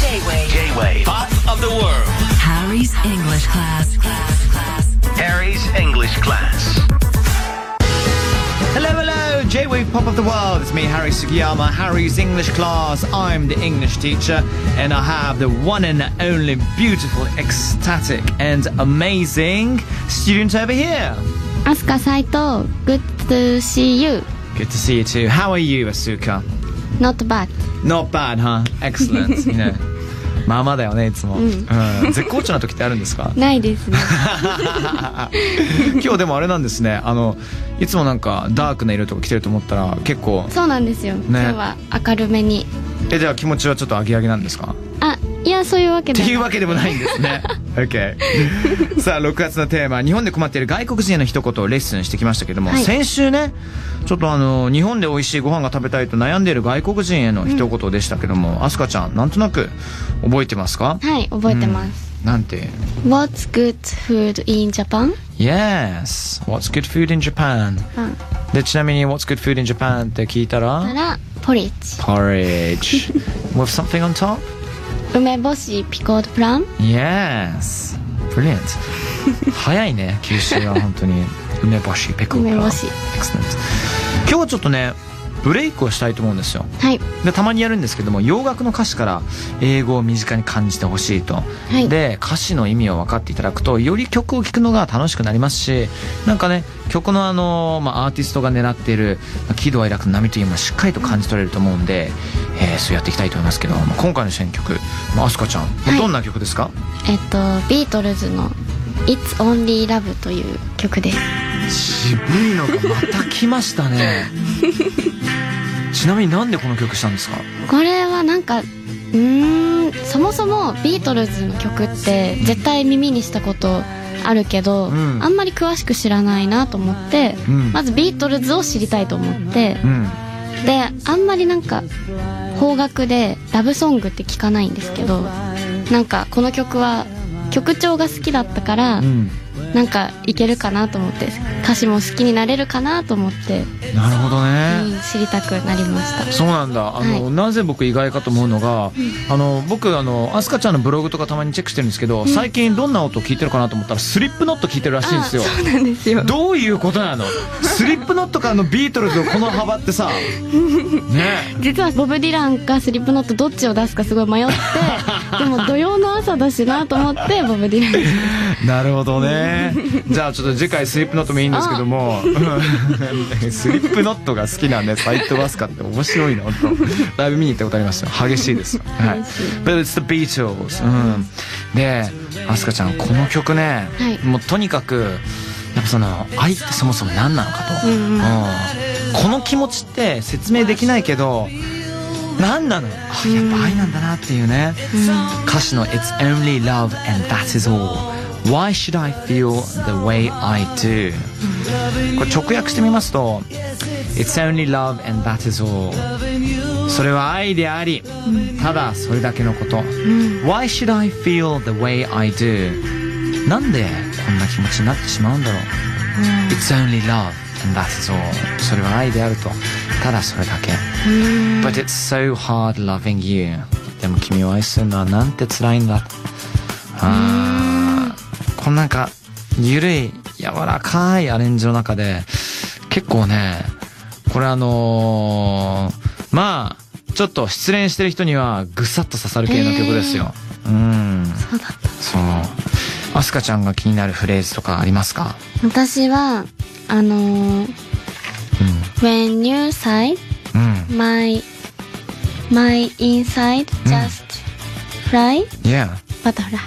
J-Wave. J-Wave. Pop of the world. Harry's English class. class, class. Harry's English class. Hello, hello, J-Wave Pop of the World. It's me, Harry Sugiyama, Harry's English class. I'm the English teacher, and I have the one and only beautiful, ecstatic, and amazing student over here. アスカサイト Good to see you Good to see you too. How are you, Asuka? Not bad Not bad, huh? Excellent. You know. まあまあだよね、いつも。うん、絶好調な時ってあるんです かないですね今日でもあれなんですね。あの、いつもなんかダークな色とか着てると思ったら、結構、 そうなんですよ、今日は明るめにえ、じゃあ気持ちはちょっとアゲアゲなんですかあいやそういうわけっでていうわけでもないんです ね。OK。さあ、6月のテーマ、日本で困っている外国人への一言をレッスンしてきましたけども、はい先週ね、ちょっとあの、日本で美味しいご飯が食べたいと悩んでいる外国人への一言でしたけども、アスカちゃん、なんとなく覚えてますかはい覚えてます、なんて What's good food in Japan? ?Yes! What's good food in Japan? うんで、ちなみに What's good food in Japan って聞いたなら、らポリッジ porridge. With something on top? 梅干しピコードプラム Yes! Brilliant! 早いね、九州は本当に。梅干し、ペコプラ。梅干し Excellent 今日はちょっとね、ブレイクをしたいと思うんですよ。はいでたまにやるんですけども洋楽の歌詞から英語を身近に感じてほしいと、いで歌詞の意味を分かっていただくとより曲を聴くのが楽しくなりますしなんかね曲のあの、まあ、アーティストが狙っているまあ喜怒哀楽の波というのもしっかりと感じ取れると思うんで、えーそうやっていきたいと思いますけど、まあ今回の選曲、まあ、アスカちゃん、いどんな曲ですかえっとビートルズの「It's Only Love」という曲です渋いのがまた来ました ねちなみになんでこの曲したんですかこれはなんかうーんそもそもビートルズの曲って絶対耳にしたことあるけど、んあんまり詳しく知らないなと思って、うんまずビートルズを知りたいと思ってう、んであんまりなんか邦楽でラブソングって聞かないんですけどなんかこの曲は曲調が好きだったから、うんなんかいけるかなと思って歌詞も好きになれるかなと思って、なるほどね、うん知りたくなりましたそうなんだあの、はなぜ僕意外かと思うのが、あの僕あのアスカちゃんのブログとかたまにチェックしてるんですけど、最近どんな音を聞いてるかなと思ったらスリップノット聞いてるらしいんですよあそうなんですよどういうことなのスリップノットからのビートルズのこの幅って さね実はボブ・ディランかスリップノットどっちを出すかすごい迷って でも土曜の朝だしなと思ってボブ・ディランに なるほどねじゃあちょっと次回スリップノットもいいんですけどもうん スリップノットが好きなんでサイトバスカって面白いな本当ライブ見に行ったことありますよ激しいですよ、はい、But it's the Beatles、うん、でアスカちゃんこの曲ね、はいもうとにかくやっぱその愛ってそもそも何なのかと、うんうんこの気持ちって説明できないけど何なのあやっぱ愛なんだなっていうね、歌詞の「It's only love and that is all why should I feel the way I do」これ直訳してみますと「It's only love and that is all」それは愛であり、ただそれだけのこと、Why should I feel the way I do? なんでこんな気持ちになってしまうんだろう、It's only love and that is all それは愛であるとただそれだけ、But it's so hard loving you でも君を愛するのはなんて辛いんだあーこのなんかゆるい柔らかいアレンジの中で結構ねこれあのーまあちょっと失恋してる人にはぐさっと刺さる系の曲ですよ、うんそうだったそうアスカちゃんが気になるフレーズとかありますか私はあのー「When you sigh うん my my inside just う fly ん Yeah butterfly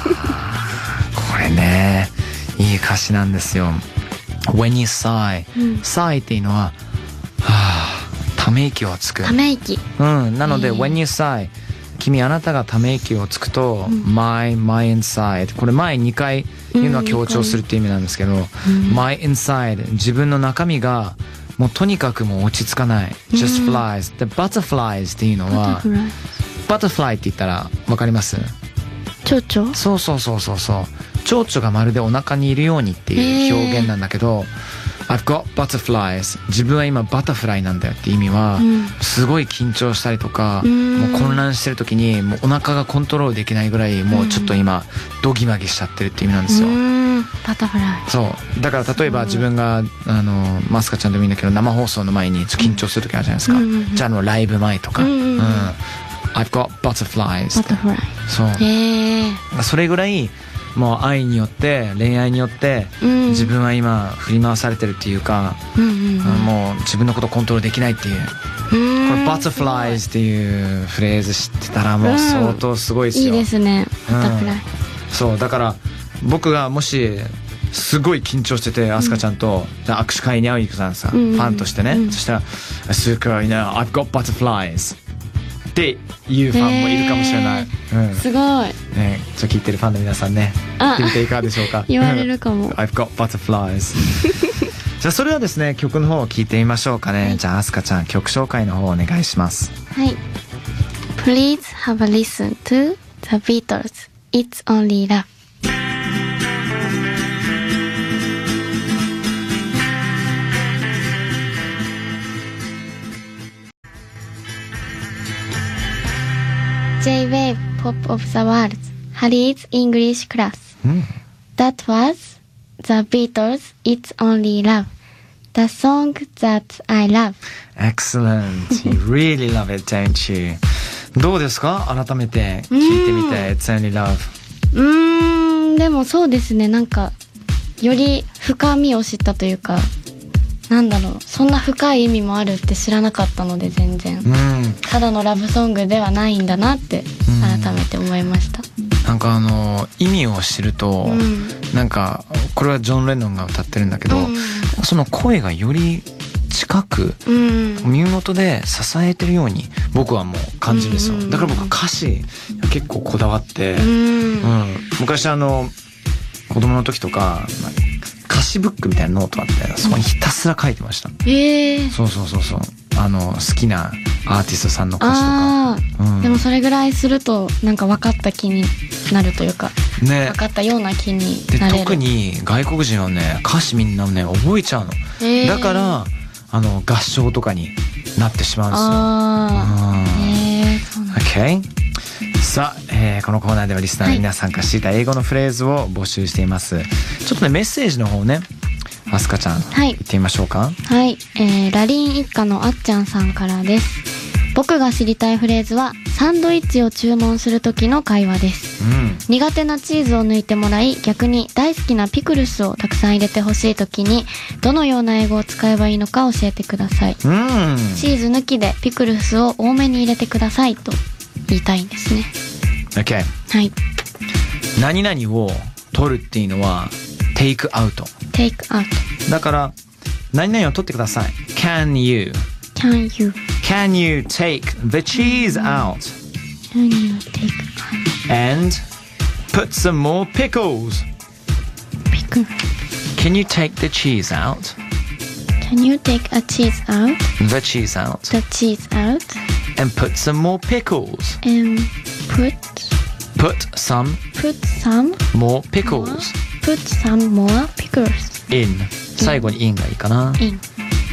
これねいい歌詞なんですよ When you sigh、うん sigh っていうのははあため息をつくため息うん、なので、えー When you sigh 君あなたがため息をつくと、My, my inside これ前2回言うのは強調するっていう意味なんですけど、My inside 自分の中身がもうとにかくもう落ち着かない、Just flies で Butterflies っていうのは butterfly Butterfly って言ったらわかります蝶々そうそうそうそうそう蝶々がまるでお腹にいるようにっていう表現なんだけど、 I've got butterflies 自分は今バタフライなんだよって意味は、んすごい緊張したりとか、んもう混乱してる時にもうお腹がコントロールできないぐらいもうちょっと今ドギマギしちゃってるって意味なんですよ、ーんバタフライそうだから例えば自分があのマスカちゃんでもいいんだけど生放送の前にちょっと緊張する時あるじゃないですか、うんうんうんじゃああのライブ前とか、うんうんうん I've got butterflies バってタフライそうへえそれぐらいもう愛によって恋愛によってうん自分は今振り回されてるっていうか、うんうんうんもう自分のことコントロールできないっていううこーれ「んバタフライズ」っていうフレーズ知ってたらもううん相当すごいですいいよ、ですねうんバタフライそうだから僕がもしすごい緊張しててアスカちゃんと握手会に会うに行くじゃないですか、うんファンとしてね、うんそしたら「すごいな I've got butterflies」っていうファンもいるかもしれない、へうんすごいね、ちょっと聞いてるファンの皆さんねあ聞いていかがでしょうか言われるかも I've got butterflies じゃあそれではですね曲の方を聞いてみましょうかね、じゃあアスカちゃん曲紹介の方お願いしますはい Please have a listen to The Beatles It's Only Love J-Wave Pop of the World Harry's English Class うん That was The Beatles It's Only Love The song that I love Excellent You really love it don't you どうですか改めて聞いてみて「It's Only Love うーんでもそうですねなんかより深みを知ったというかなんだろうそんな深い意味もあるって知らなかったので全」然うんただのラブソングではないんだなってうん改めて思いましたなんかあの意味を知ると、うんなんかこれはジョン・レノンが歌ってるんだけど、うんその声がより近くうん身元で支えてるように僕はもう感じるんですよ、うんうんうんだから僕歌詞結構こだわって、ううんん昔あの子供の時とかまあ歌詞ブックみたいなノートあってそこにひたすら書いてました、ええそうそうそうそうあの好きなアーティストさんの歌詞とかああうんでもそれぐらいするとなんか分かった気になるというかね分かったような気にでなれる特に外国人はね歌詞みんなね覚えちゃうの、へーだからあの合唱とかになってしまうんですよああうんええそうなんだ OK さあ、えーこのコーナーではリスナーの皆さんが知った英語のフレーズを募集しています、ちょっとねメッセージの方ねアスカちゃん、はい行ってみましょうかはい、えー、ラリン一家のあっちゃんさんからです。僕が知りたいフレーズは、サンドイッチを注文する時の会話です。うん苦手なチーズを抜いてもらい、逆に大好きなピクルスをたくさん入れてほしい時に、どのような英語を使えばいいのか教えてください。うんチーズ抜きでピクルスを多めに入れてくださいと言いたいんですね。 OK はい。何々を取るっていうのはテイクアウト take out. だから何々を取ってください Can you Can you, Can you take the cheese out can you take out and put some more pickles? pickle? Can you take the cheese out? Can you take a cheese out? The cheese out. The cheese out? And put some more pickles. and put Put some put some more pickles put some more pickles in. 最後に in がいいかな。だ in. か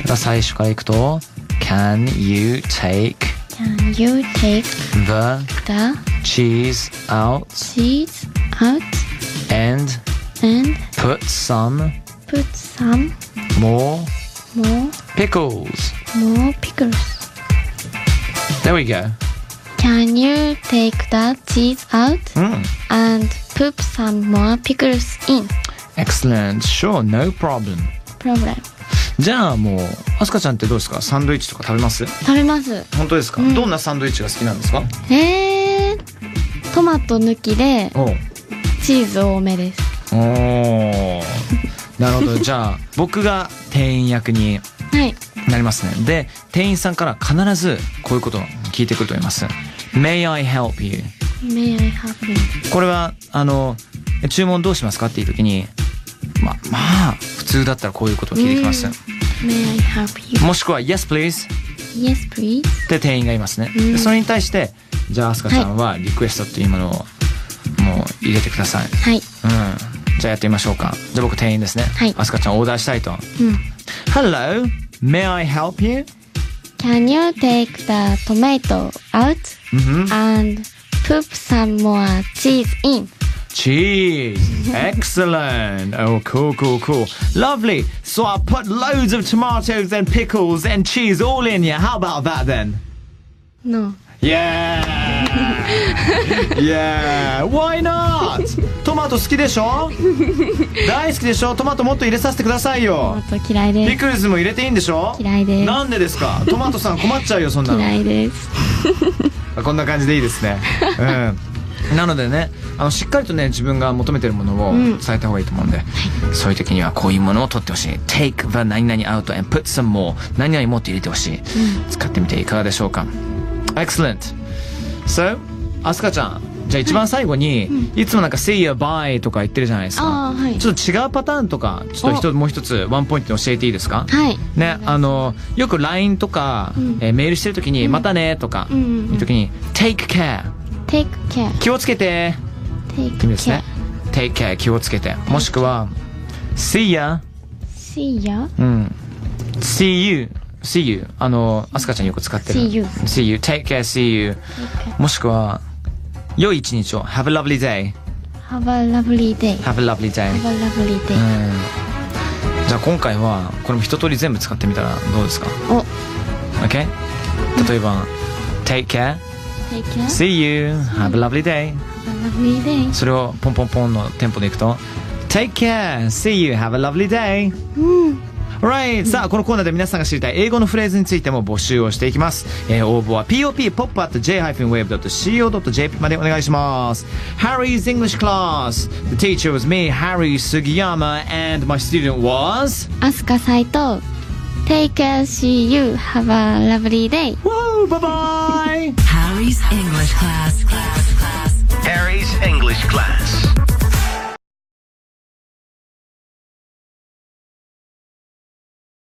ら最初からいくと Can you take Can you take the the cheese out cheese out and and put some put some more more pickles? more pickles? There we go. Can you take the cheese out うん。 and put some more pickles in? Excellent. Sure, no problem. Problem. じゃあもうアスカちゃんってどうですかサンドイッチとか食べます食べます。本当ですか、うんどんなサンドイッチが好きなんですかえー、トマト抜きでおうチーズ多めです。おーなるほどじゃあ僕が店員役にはい。なりますねで店員さんから必ずこういうことを聞いてくると思います May I help you? May I have you? これはあのえ注文どうしますかっていう時にままあ普通だったらこういうことを聞いてきます、うん May I have you? もしくは Yes please Yes, please. って店員がいますね、うんでそれに対してじゃあアスカちゃんはリクエストっていうものをもう入れてください、はい。うんじゃあやってみましょうかじゃあ僕店員ですねはいアスカちゃんオーダーしたいとうん。 Hello, may I help you? Can you take the tomato out and poop some more cheese in? Cheese. Excellent. Oh, cool, cool, cool. Lovely. So I put loads of tomatoes and pickles and cheese all in you. How about that then? No. Yeah! yeah! Why not? トマト好きでしょ大好きでしょトマトもっと入れさせてくださいトマよト嫌いピです。クルスも入れていいんでしょ嫌いですなんでですかトマトさん困っちゃうよそんなの嫌いです。あこんな感じでいいですね。うん。なのでね、あのしっかりとね自分が求めてるものを伝えた方がいいと思うんで、そういう時にはこういうものを取ってほしい。Take the 何々 out and put some more 何々もって入れてほしい。使ってみていかがでしょうか。Excellent. So, アスカちゃん、じゃあ一番最後に、いつもなんか say goodbye とか言ってるじゃないですか。あーはいちょっと違うパターンとか、ちょっと一つもう一つワンポイント教えていいですか。はい。ね、あのよく LINE とか、えーメールしてる時に「またね」とか、うんうんうんいう時に「Take care Take care. 気をつけて」 Take って意味ですね care. 「Take care 気をつけて」もしくは「See ya」 See ya. うん「See you」「See you」あのあすかちゃんよく使ってる See you See you Take care See you」もしくは「良い一日を Have a lovely day Have a lovely day. Have a lovely day Have a lovely」う day. んじゃあ今回はこれも一通り全部使ってみたらどうですかお、 OK 例えば「Take care」 Take care. Have See you. Have a lovely day. a lovely day. それをポンポンポンのテンポでいくと Take care. See you. Have a lovely day. Right. さあ、このコーナーで皆さんが知りたい英語のフレーズについても募集をしていきます。えー応募は pop.pop.j-wave.co.jp までお願いします。Harry's English Class. The teacher was me, Harry Sugiyama, and my student was... アスカ斎藤。Take care. See you. Have a lovely day. Woo! Bye-bye! Harry's English class.